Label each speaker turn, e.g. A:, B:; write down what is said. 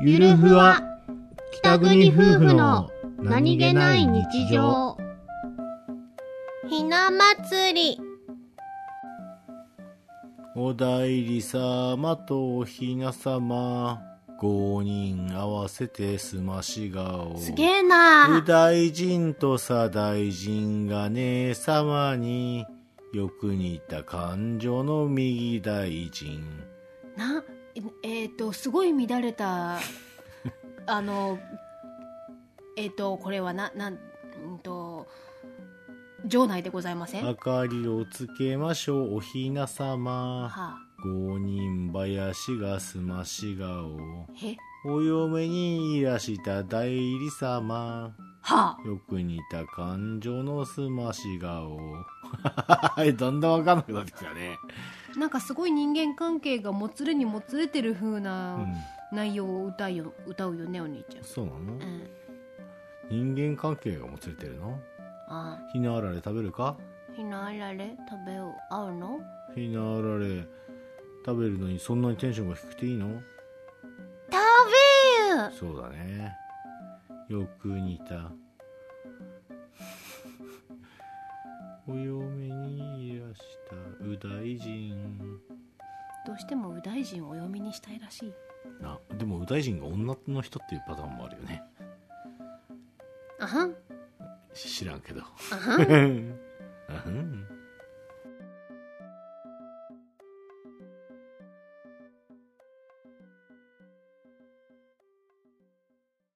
A: ゆるふわ北国夫婦の
B: ひな祭り
A: お代理様とおひな様5人合わせてすまし顔
B: すげえな
A: 右大臣と左大臣が姉様によく似た感情の右大臣
B: なえっ、とすごい乱れた あのえっ、とこれはななんんと城内でございません
A: 明
B: は
A: かりをつけましょうおひな様
B: あ
A: 五人林がすまし顔
B: え
A: お嫁にいらした代理様
B: はあ
A: よく似た感情のすまし顔 だんだんわかんなくなってきたね、
B: なんかすごい人間関係がもつれにもつれてる風
A: う、
B: なん内容を歌うよ,、歌うよねお兄ちゃん、
A: そうなの、
B: うん、
A: 人間関係がもつれてるの
B: あ
A: ひなあられ食べるか
B: ひなあられ食べよう合うの
A: ひなあられ食べるのにそんなにテンションが低くていいの
B: 食べよ
A: そうだねよく似た お嫁にいらした右大臣
B: どうしても右大臣をお読みにしたいらしい
A: なでも右大臣が女の人っていうパターンもあるよね
B: あはん
A: 知らんけど
B: あはん
A: うん